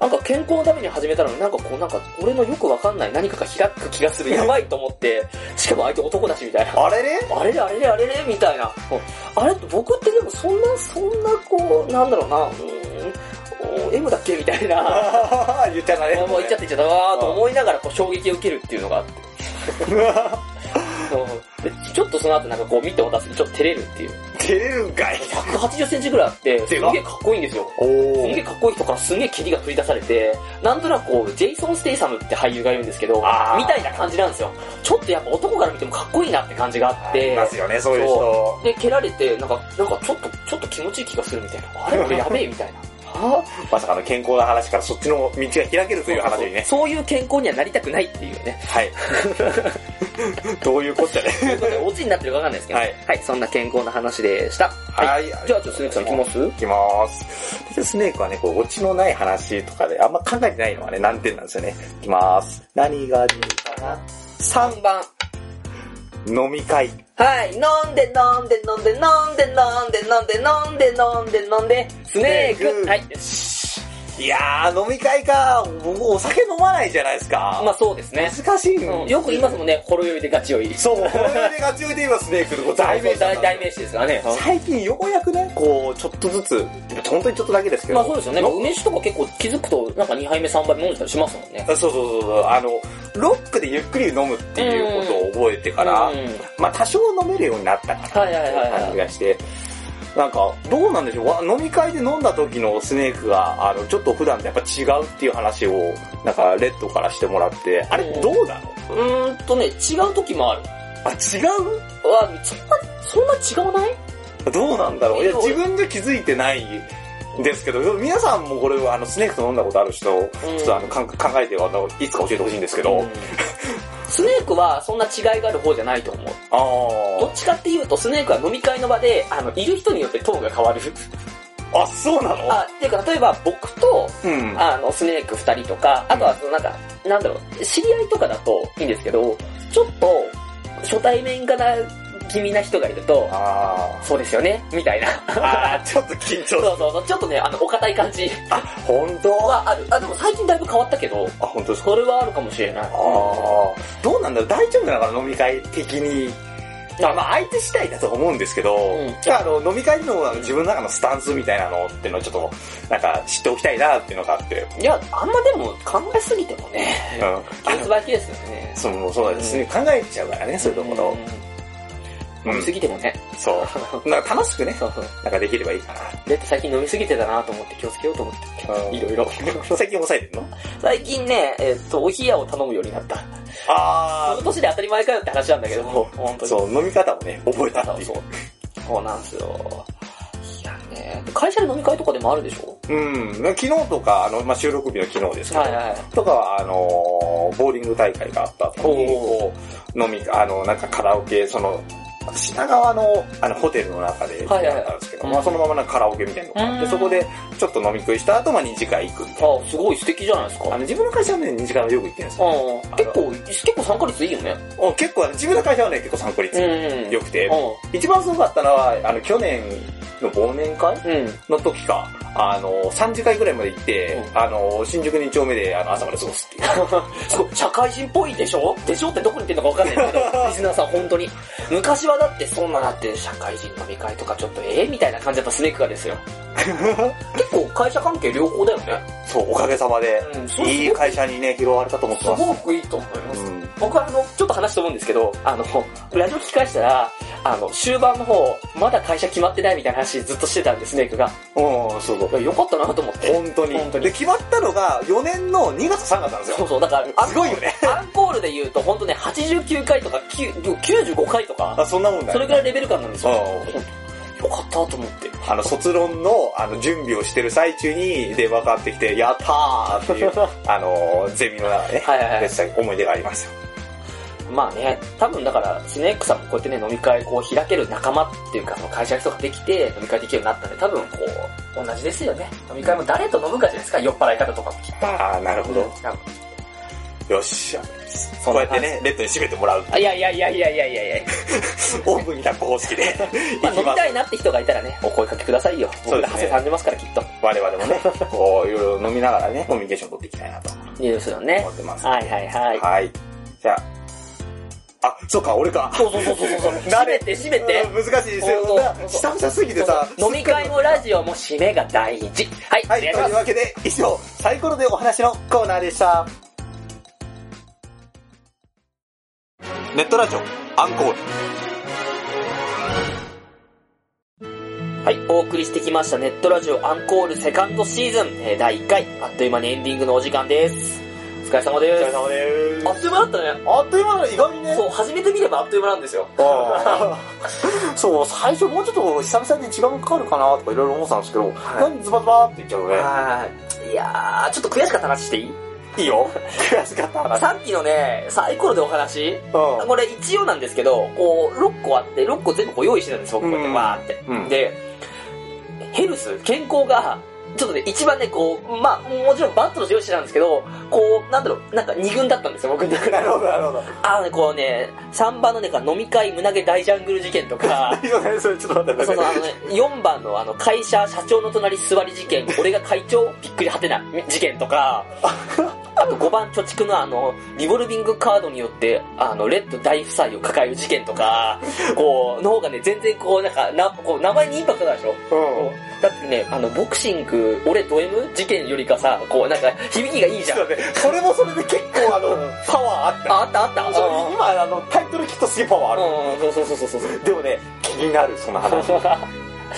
なんか健康のために始めたのになんかこうなんか俺のよくわかんない何かが開く気がする。やばいと思って、しかも相手男だしみたいな。
あれれ
あれれあれれあれれみたいな。あれ僕ってでもそんな、そんなこう、なんだろうな、うーんお、M だっけみたいな。
あ ー言っちゃったね。
もう行っちゃって行っちゃったわーと思いながらこう衝撃を受けるっていうのがあって。 でちょっとその後なんかこう見て渡すとちょっと照れるっていう。
照れるんかい。
180センチぐらいあって、す
で
げえ
か
かっこいいんですよ。
お
すげえかっこいい人からすげえ蹴りが振り出されて、なんとなくこう、ジェイソン・ステイサムって俳優がいるんですけど
あー、
みたいな感じなんですよ。ちょっとやっぱ男から見てもかっこいいなって感じがあっ
い
て、
ますよね、そういう人。
で、蹴られて、なんか、なんかちょっと、ちょっと気持ちいい気がするみたいな。あれこれやべえみたいな。はぁ
まさかの健康な話からそっちの道が開けるという話にね。
そういう健康にはなりたくないっていうね。
はい。 どういうこっちゃね。
ということで、オチになってるかわかんないですけど。
はい。
そんな健康な話でした。はい。
い。
じゃあ、ちょっとスネークさん行きます
いきます。でスネークはね、こう、オチのない話とかで、あんま考えてないのはね、難点なんですよね。いきます。何が出るか
3番。
な飲み会。
はい。飲んで飲んで飲んで飲んで飲んで飲んで飲んで飲んで飲んで、スネーク。はい。
いやー、飲み会か。僕、お酒飲まないじゃないですか。
まあそうですね。
難しいの。
うんよく言いますもんね、ほろ酔いでガチ酔い。
そう、この腕が強いで今スネークのこう代名詞なんだ
大代名詞ですからね。
最近ようやくね、こう、ちょっとずつ、本当にちょっとだけですけど。
まあそうですよね。
ロ
梅酒とか結構気づくと、なんか2杯目3杯目飲んでたりしますもんね。
そうそうそうそう、あの、ロックでゆっくり飲むっていうことを覚えてから
うん、
まあ多少飲めるようになったかな
はいはいはいはい
感じがして、なんか、どうなんでしょうわ飲み会で飲んだ時のスネークが、あの、ちょっと普段とやっぱ違うっていう話を、なんか、レッドからしてもらって、あれ
うん
どうなの
うーんとね、違う時もある。
あ、違う
わ、そんな、そんな違わない
どうなんだろういや、
いや
自分じゃ気づいてないんですけど、皆さんもこれ、あの、スネークと飲んだことある人、ちょっとあの、かん考えて、あの、いつか教えてほしいんですけど、
うんスネークはそんな違いがある方じゃないと思う。
あ
どっちかっていうと、スネークは飲み会の場で、あの、いる人によってトーンが変わる。
あ、あ、そうなの
あ、っていうか、例えば僕と、
うん。
あの、スネーク二人とか、あとはそのなんか、なんだろう、知り合いとかだといいんですけど、ちょっと、初対面かな、気味な人がいると、
あ
そうですよねみたいな。
ーあー、ちょっと緊張す
そう
る。
そうそう、ちょっとね、あの、お堅い感じ
本当
はある。あ、でも最近だいぶ変わったけど、
あ、本当ですか
それはあるかもしれない。
ああ、どうなんだろう大丈夫なのかな飲み会的に。まあ、まあ相手次第だと思うんですけど、
ん
あの、飲み会の自分の中のスタンスみたいなのっていうのをちょっと、なんか知っておきたいなっていうのがあって、
いや、あんまでも考えすぎてもね、
うん。あ
ケース
の
バイケースですよね。
そのそうですね、考えちゃうからね、そういうところ。
飲みすぎてもね。
そう。なんか楽しくね、
そうそう。
なんかできればいいか
レッド最近飲みすぎてたなと思って気をつけようと思って。
な。うん
いろいろ。
最近抑えてんの
最近ね、えっと、お冷やを頼むようになった。こ
あ
の年で当たり前かよって話なんだけど、本当
あ、
に。
そう、飲み方をね、覚えた
そ
って
う
いう。
そう。そうなんですよ。いやね、会社で飲み会とかでもあるでしょ
うん。昨日とか、あの、まあ、収録日の昨日ですけど、
はいはい。
とかは、あのーボーリング大会があった後に、
お
こう、飲み、あの、なんかカラオケ、その、品川の、あの、ホテルの中で、
はいはい
あったんですけど、
うん
まあ、そのままなんかカラオケみたいなのがあって、
うん
そこで、ちょっと飲み食いした後、まあ、二次会行くみたい
あ、すごい素敵じゃないですか。
な。あの、自分の会社はね、二次会はよく行ってるんですよ。
うん。結構、結構参加率いいよね。
うん結構、あの自分の会社はね、結構参考
う
率
ん
良くて、
う
一番すごかったのは、あの、去年の忘年会
ん。うん。
の時か、あの、3次会ぐらいまで行って、
う
あの、新宿2丁目であの朝まで過ごすっていう。
すごい、社会人っぽいでしょでしょってどこに言ってんのかわかんないですけ ど、リスナーさん本当に。昔はだってそんなだって社会人飲み会とかちょっとええみたいな感じだったスネークがです よ。結構会社関係良好だよね。
そう、おかげさまで
うん、そう
いい会社にね、拾われたと思って
す
ます。
ごくいいと思います。
うん
僕はあの、ちょっと話と思うんですけど、あの、ラジオ聞き返したら、あの、終盤の方、まだ会社決まってないみたいな話ずっとしてたんで、スネークが。
うん、すごい
い。やよかったなと思って。
本当に
本当に
で、決まったのが4年の2月3月なんです
そう
よ。
そう、だから、あ
すごいよね。
アンコールで言うと、本当ね、89回とか9 95回とか、
あ、そんなもん
そ
だよ
れぐらいレベル感なんですよ。
う
よかったと思って。
あの、卒論の、あの、準備をしてる最中に電話かかってきて、やったーって いう、あの、ゼミのね、
はいはいはい
でした思い出がありますよ。
まあね、多分だから、スネークさんもこうやってね、飲み会こう開ける仲間っていうか、その会社の人ができて、飲み会できるようになったんで、多分こう、同じですよね。飲み会も誰と飲むかじゃないですか、酔っ払い方とかもきっ
ああ、なるほど。
と。
よっしゃ。
そ
こ
ん
う
な
やっ
感
て
じ
ね、レッドに締めてもら う。
あいやいやいやいやいやい やいや、
オープンに抱っこ方式で、いき
まあ、飲み
ます
た。いなって人がいたらね、お声かけくださいよ。
そう
僕
で
ら
すね
汗感じますから、きっと。
我々もね、こう、いろいろ飲みながらね、コミュニケーション取っていきたいなと
ニュースのね
思。ってます。
はいはいはい。
はい。じゃあ、あ、そうか、俺か。
そうそうそうそうそう。
慣
締
れ
めて締めて。
うん難しいですよ。
そうそう
久々すぎてさ、
飲み会もラジオも締めが大事。はい、
はい、
お願い
とい
しま
う
す。
わけで、以上、サイコロでお話のコーナーでした。ネットラジオ、アンコール。
はい、お送りしてきましたネットラジオアンコールセカンドシーズン、えー第1回、あっという間にエンディングのお時間です。お疲れ様
お
です。
様で
あっという間だったね。
あっという間の意外にね。
そう、始めてみればあっという間なんですよ。
あーそう、最初もうちょっと久々に時間かかるかなとかいろいろ思ってたんですけど、
はい
なんでズバズバーって言っちゃうね。
はい。いやー、ちょっと悔しかった話していい
いいよ。悔しかった話。
さっきのね、サイコロでお話、これ一応なんですけど、こう、6個あって、6個全部こう用意してたんですよ、僕こうやって、
うん
わーって。
うん。
で、ヘルス、健康が、ちょっとね、一番ね、こう、まあ、もちろんバットの用意してたんですけど、こう、なんだろう、なんか二軍だったんですよ、僕の中で
なるほど、なるほど。、
あのね、こうね、3番のね、こう飲み会胸毛大ジャングル事件とか
いいよね、それちょっと待って
そ
待っ
のあ
て。
のね、4番のあの、会社社長の隣座り事件、俺が会長、びっくりはてな事件と か、あと5番貯蓄のあの、リボルビングカードによって、あの、レッド大負債を抱える事件とか、こう、の方がね、全然こう、なんか、な、こう、名前にインパクトあるでしょ
うん。
だってね、あの、ボクシング、俺ド M 事件よりかさ、こう、なんか、響きがいいじゃん
そ。うだねそれもそれで結構あの、パワーあった。
あ、あったあった。
そう今あの、タイトルきっとすげえパワーある。
うん、うんそうそうそうそうそう。
でもね、気になる、その 話。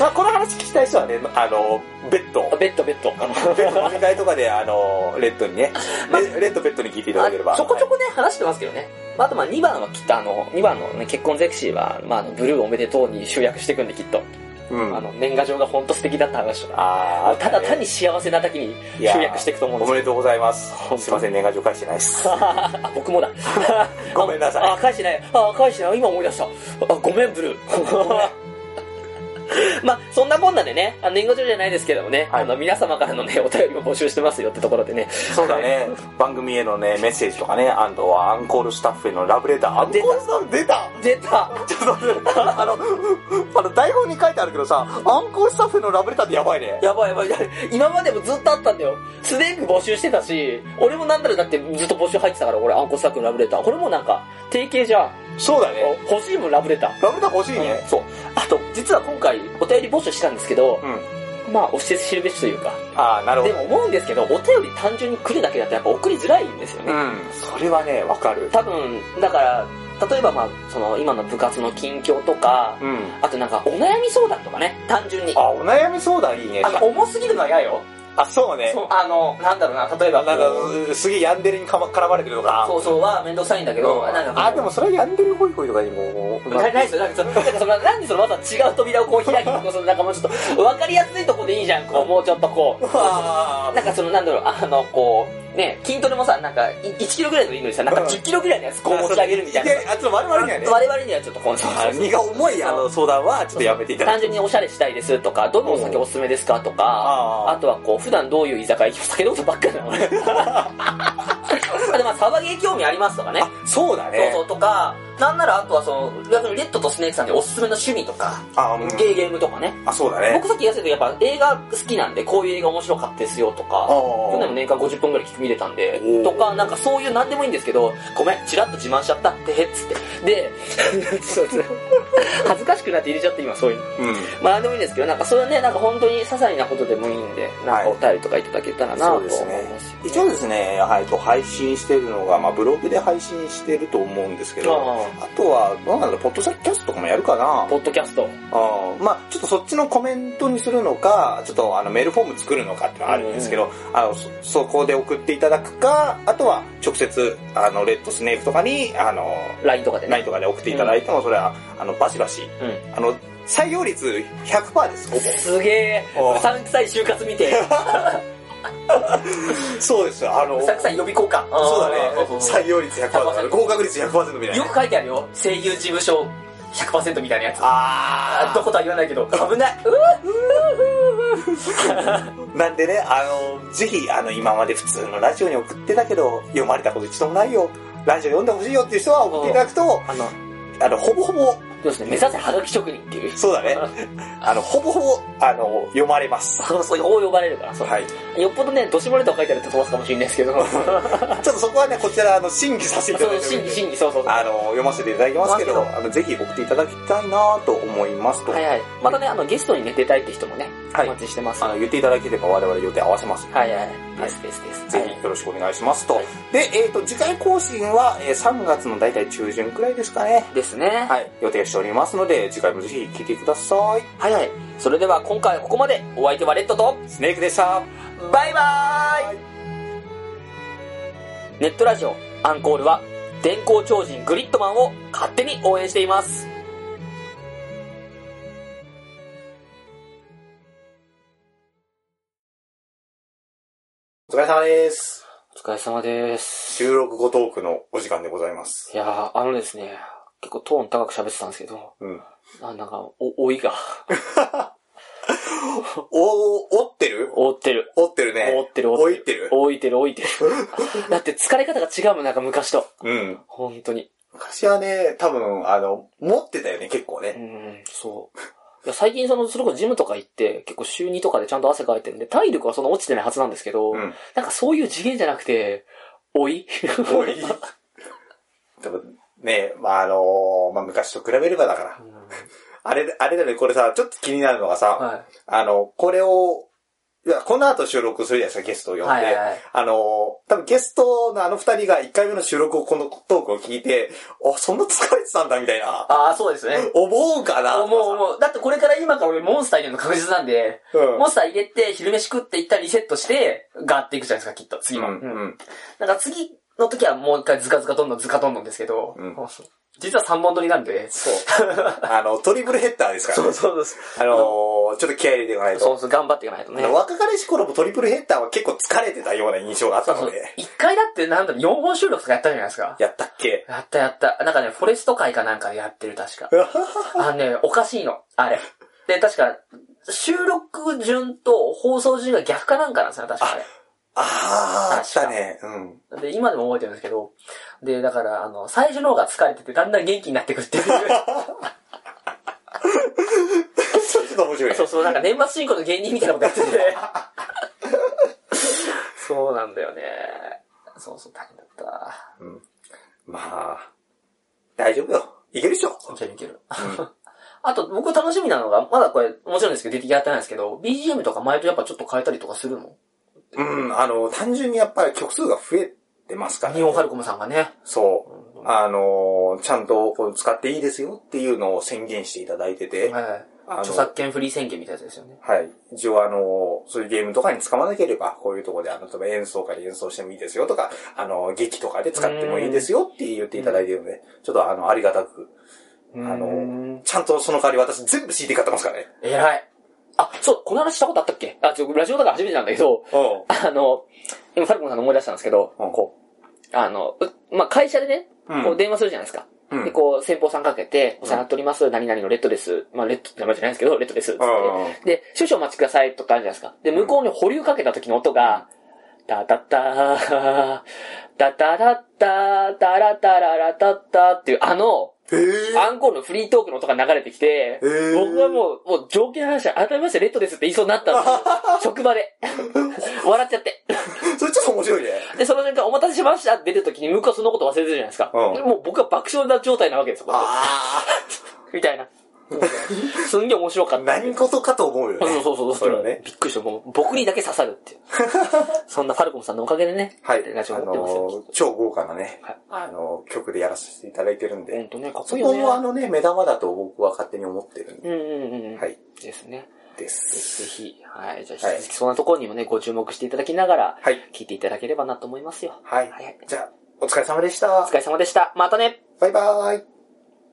まあ、この話聞きたい人はね、あの、ベッド。
ベッドベ ッド。あ
ベッド飲み会とかで、あの、レッドにね、レレッドベッドに聞いていただければ。
のちょこちょこね、話してますけどね。まあ、あとまあ2番はきっとあの、2番のね、結婚ゼクシーは、まああの、ブルーおめでとうに集約していくんできっと。
はいうん。
あの、年賀状が本当素敵だった話とか。
あー
ただ単に幸せなだけに集約していくと思うんで
お
す
め
け
でとうございます
本当。に
すいません、年賀状返してないです。
ど。 あ僕もだ。
ごめんなさい
あ、返してない。あ、返してない。今思い出した。あ、ごめん、ブルー。 まあ、そんなこんなでね、あの年賀状じゃないですけどもね、
はい
あの、皆様からのね、お便りも募集してますよってところでね。
そうだね。番組へのね、メッセージとかね、あとはアンコールスタッフへのラブレター。アンコー
出た
ルスタッフ出た
出た
ちょっと待って、あの、あの台本に書いてあるけどさ、アンコールスタッフへのラブレターってやばいね。
やばいやばいやばい。今までもずっとあったんだよ。スネーク募集してたし、俺もなんだろうだってずっと募集入ってたから、俺、アンコスタックのラブレター。これもなんか、定型じゃん。
そうだね。
欲しいもん、ラブレター。
ラブレター欲しいね。
そう。あと、実は今回、お便り募集したんですけど、
うん。
まあ、押して知るべしというか。
ああ、なるほ
で
ど。
も思うんですけど、お便り単純に来るだけだとやっぱ送りづらいんですよね。
うん。それはね、わかる。
多分、だから、例えばまあ、その、今の部活の近況とか、
うん。
あとなんか、お悩み相談とかね、単純に。
あ、お悩み相談いいね
あ。の、重すぎるのは嫌よ。
あ、そうね。
そうあの、なんだろうな、例えば、
なんか、すげえヤンデレにかま絡まれてるとか。
そうそうは面倒くさいんだけど、なんか
あ、でもそれはヤンデレホイホイとかにも、
なないですよ、なんかその、なんかその、なんでそのわざわざ違う扉をこう開き、こうその なんかもうちょっと、わかりやすいとこでいいじゃん、こう、もうちょっとこ
あ
う。なんかその、なんだろう、あの、こう、ね、筋トレもさ、なんか、い1キロぐらいのいいのにさ、なんか
うん
10キロぐらいのやつこう持ち上げるみたいな。
あ、ちょっと我々にはね。
我々にはちょっとこの、そう
あの荷が重いあの相談はちょっとやめていただ
単
きたい
純におしゃれしたいですとか、どのお酒おすすめですかとか、
あー
あとはこう、普段どういう居酒屋行き、酒のことばっかりなの ね。あとまあ、サバゲー興味ありますとかね。
そうだね
そうそうとか、なんならあとはその、逆にレッドとスネークさんでおすすめの趣味とか、
あ、うん、
ゲーゲームとかね。
あ、そうだね
僕。さっき言いましたけど、やっぱ映画好きなんで、こういう映画面白かったですよとか、去年も
あ
年間50分ぐらい見れたんで
お、ー
とか、なんかそういうなんでもいいんですけど、ごめん、チラッと自慢しちゃったって、へっつって。 で、そうそう恥ずかしくなって入れちゃって今そういうの。
あ、うん。
まあなんでもいいんですけど、なんかそれはね、なんか本当に些細なことでもいいんで、なんかお便りとかいただけたらなと
そ
思
う
い
で
ます
す
よね
ね。一応ですね、はい、と配信してるのが、まあ、ブログで配信してると思うんですけど、
あ
あとは、どうなんだろう、ポッドキャストとかもやるかな
あポッドキャスト。
あーまあちょっとそっちのコメントにするのか、ちょっとあのメールフォーム作るのかっていうのはあるんですけど、あのそそこで送っていただくか、あとは直接、あの、レッドスネークとかに、あの、
LINE とかで
ナ
ね。
イトとかで送っていただいても、それは、あの、バシバシ。
う
あの、採用率100%です、ほぼ。
すげえ
お、う
うさんくさい就活見て、う
そうです、あの、
さんくさい予備校か。
そうだね。
ん
採用率100%。
100%
合格率100%みたい
よ
な。
く書いてあるよ。声優事務所100%みたいなやつ。あ
あ
どことは言わないけど、危ない。う
ーなんでね、あの、ぜひ、あの、今まで普通のラジオに送ってたけど、読まれたこと一度もないよ。ラジオ読んでほしいよっていう人は送っていただくと、
あの、
あの、ほぼほぼ、
どうですね、目指せはがき職人っていう。
そう だね。あの、ほぼほぼ、あの、読まれます。
そうそう、こう呼ばれるから、そう。
はい。
よっぽどね、どしもれとか書いてあると飛ばすかもしれないですけど。
ち ょっとそこはね、こちら、あの、審議させていた
そ、
だいうており
審
ま
議、
す、
審議、そうそうそう。
あの、読ませていただきますけ
ま
ど、
す
あの、ぜひ送っていただきたいなと思いますと。
はいはい。またね、あの、ゲストにね、出たいって人もね、
はい
お待ちしてます。
あ
は
の、言っていただければ我々予定合わせます。
いはい。ですですです。
ぜ
はい
ひよろしくお願いしますと。
はい
で、えっ、と、次回更新は、えー3月の大体中旬くらいですかね。
ですね。はい
はい。予定しておりますので、次回もぜひ聞いてください。
はいはい。それでは今回はここまで。お相手はレッドと、
スネークでした。
バイバーイネットラジオアンコールは、電光超人グリッドマンを勝手に応援しています。
お疲れ様です。
お疲れ様です。
収録後トークのお時間でございます。
いやー、あのですね、結構トーン高く喋ってたんですけど、
うん。
あなんか、お、老いが、
お、折ってる
覆ってる。
折ってるね。
覆ってる、覆
置
っ
いてる。
老いてる、老いてる。だって疲れ方が違うもん、なんか昔と。
うん。
本当に。
昔はね、多分、あの、持ってたよね、結構
う
ね。
ん、そう。いや最近その、それこそジムとか行って、結構週2とかでちゃんと汗かいてるんで、体力はそんな落ちてないはずなんですけど、
うん。
なんかそういう次元じゃなくて、老い
多い。多分、ね、まあ、あのまあ、昔と比べればだから
う。ん
あれ、あれだね、これさ、ちょっと気になるのがさ、
は
あの、これを、いや、この後収録するじゃないですか、ゲストを呼ん
い。
で。
はいはいはい。
あのー、多分ゲストのあの二人が一回目の収録をこのトークを聞いて、あ、そんな疲れてたんだ、みたいな。
ああ、そうですね。
思うかな
思う思う。だってこれから今から俺モンスター入れるの確実なんで、
うん。
モンスター入れて、昼飯食って一旦リセットして、ガーっていくじゃないですか、きっと。次
う
も。
んうん。
なんか次の時はもう一回ズカズカどんどんズカどんどんですけど、
うん
実は3本撮りなんで。
そう。 あの、トリプルヘッダーですから、ね。
そうです。
あのー、ちょっと気合い入れていかないと。
そうそう、頑張っていかないとね
あ。の若かりし頃もトリプルヘッダーは結構疲れてたような印象があった
そうそう
ので。
一回だってなんだろ、4本収録とかやったじゃないですか。
やったっけ
やったやった。なんかね、フォレスト会かなんかでやってる、確か。あのね、おかしいの、あれ。で、確か、収録順と放送順が逆かなんかなんですよ、確かあれ。
あー、あったね。うん。
で、今でも覚えてるんですけど、で、だから、あの、最初の方が疲れてて、だんだん元気になってくるっていう。
ちょっと面白い ね
そうそう、なんか年末進行の芸人みたいなことやって て。そうなんだよね。そうそう、大変だった。
まあ、大丈夫よ。いけるでしょ。
いけるいける。あと、僕楽しみなのが、まだこれ、もちろんですけど、出てやってないんですけど、BGM とか前とやっぱちょっと変えたりとかするの
うん、あの、単純にやっぱり曲数が増えてますから、
日本ハルコムさんがね。
そう。あのー、ちゃんとこう使っていいですよっていうのを宣言していただいてて、はい。
はい。
あの
著作権フリー宣言みたいなやつですよね。
一応あのー、そういうゲームとかに使わなければ、こういうところで、あの、例えば演奏会で演奏してもいいですよとか、あの、劇とかで使ってもいいですよって言っていただいてるので、ちょっとあの、ありがたく、
あ
あのー、ちゃんとその代わり私全部 CD 買ってますからね。
偉い。あ、そう、この話したことあったっけあ、ちょ、ラジオだから初めてなんだけど、
う
あの、今、ファルコンさんの思い出したんですけど、
うん
こう、あの、うまあ、会社でね、
うん
こう電話するじゃないですか。
うん
で、こう、先方さんかけて、お世話になっております、何々のレッドです。まあ、レッドって名前じゃないんですけど、レッドです。つって
うん
で、少々お待ちくださいとかあるじゃないですか。で、向こうに保留かけた時の音が、タタタタタタタタラタララタタっていうあの、
えー
アンコールのフリートークの音が流れてきて、
えー
僕はもう、もう条件反射、改めましてレッドですって言いそうになったん ですよ職場で。笑っちゃって。
それちょっと面白いね。
で、その瞬間、お待たせしましたって出るときに、向こうはそのこと忘れてるじゃないですか。
うん
でもう僕は爆笑な状態なわけですよ、こうやっ
あ
てみたいな。すんげえ面白か
ー、
った。
何事かと思うよね。
そうそうそう。
それはね。
びっくりした。もう僕にだけ刺さる っていう。そんなファルコムさんのおかげでね。
はい。
ラジオ
あ
持って
の
ますよ。
ー、超豪華なね、
はい
あのー、曲でやらせていただいてる
ほ
ん
ん
で、
とね、かっ
そ
こいいよ
こ
ね。
もあのね、目玉だと僕は勝手に思ってるんで、
うんうんうん。
はい。
ですね。
で
ぜひぜ
す。
ひ。はい。じゃあ、引き続きそんなところにもね、ご注目していただきながら、
はい。
聞いていただければなと思いますよ。
はい
はい。
じゃあ、お疲れ様でし
お
た
疲。れ様でした。またね
バイバーイ。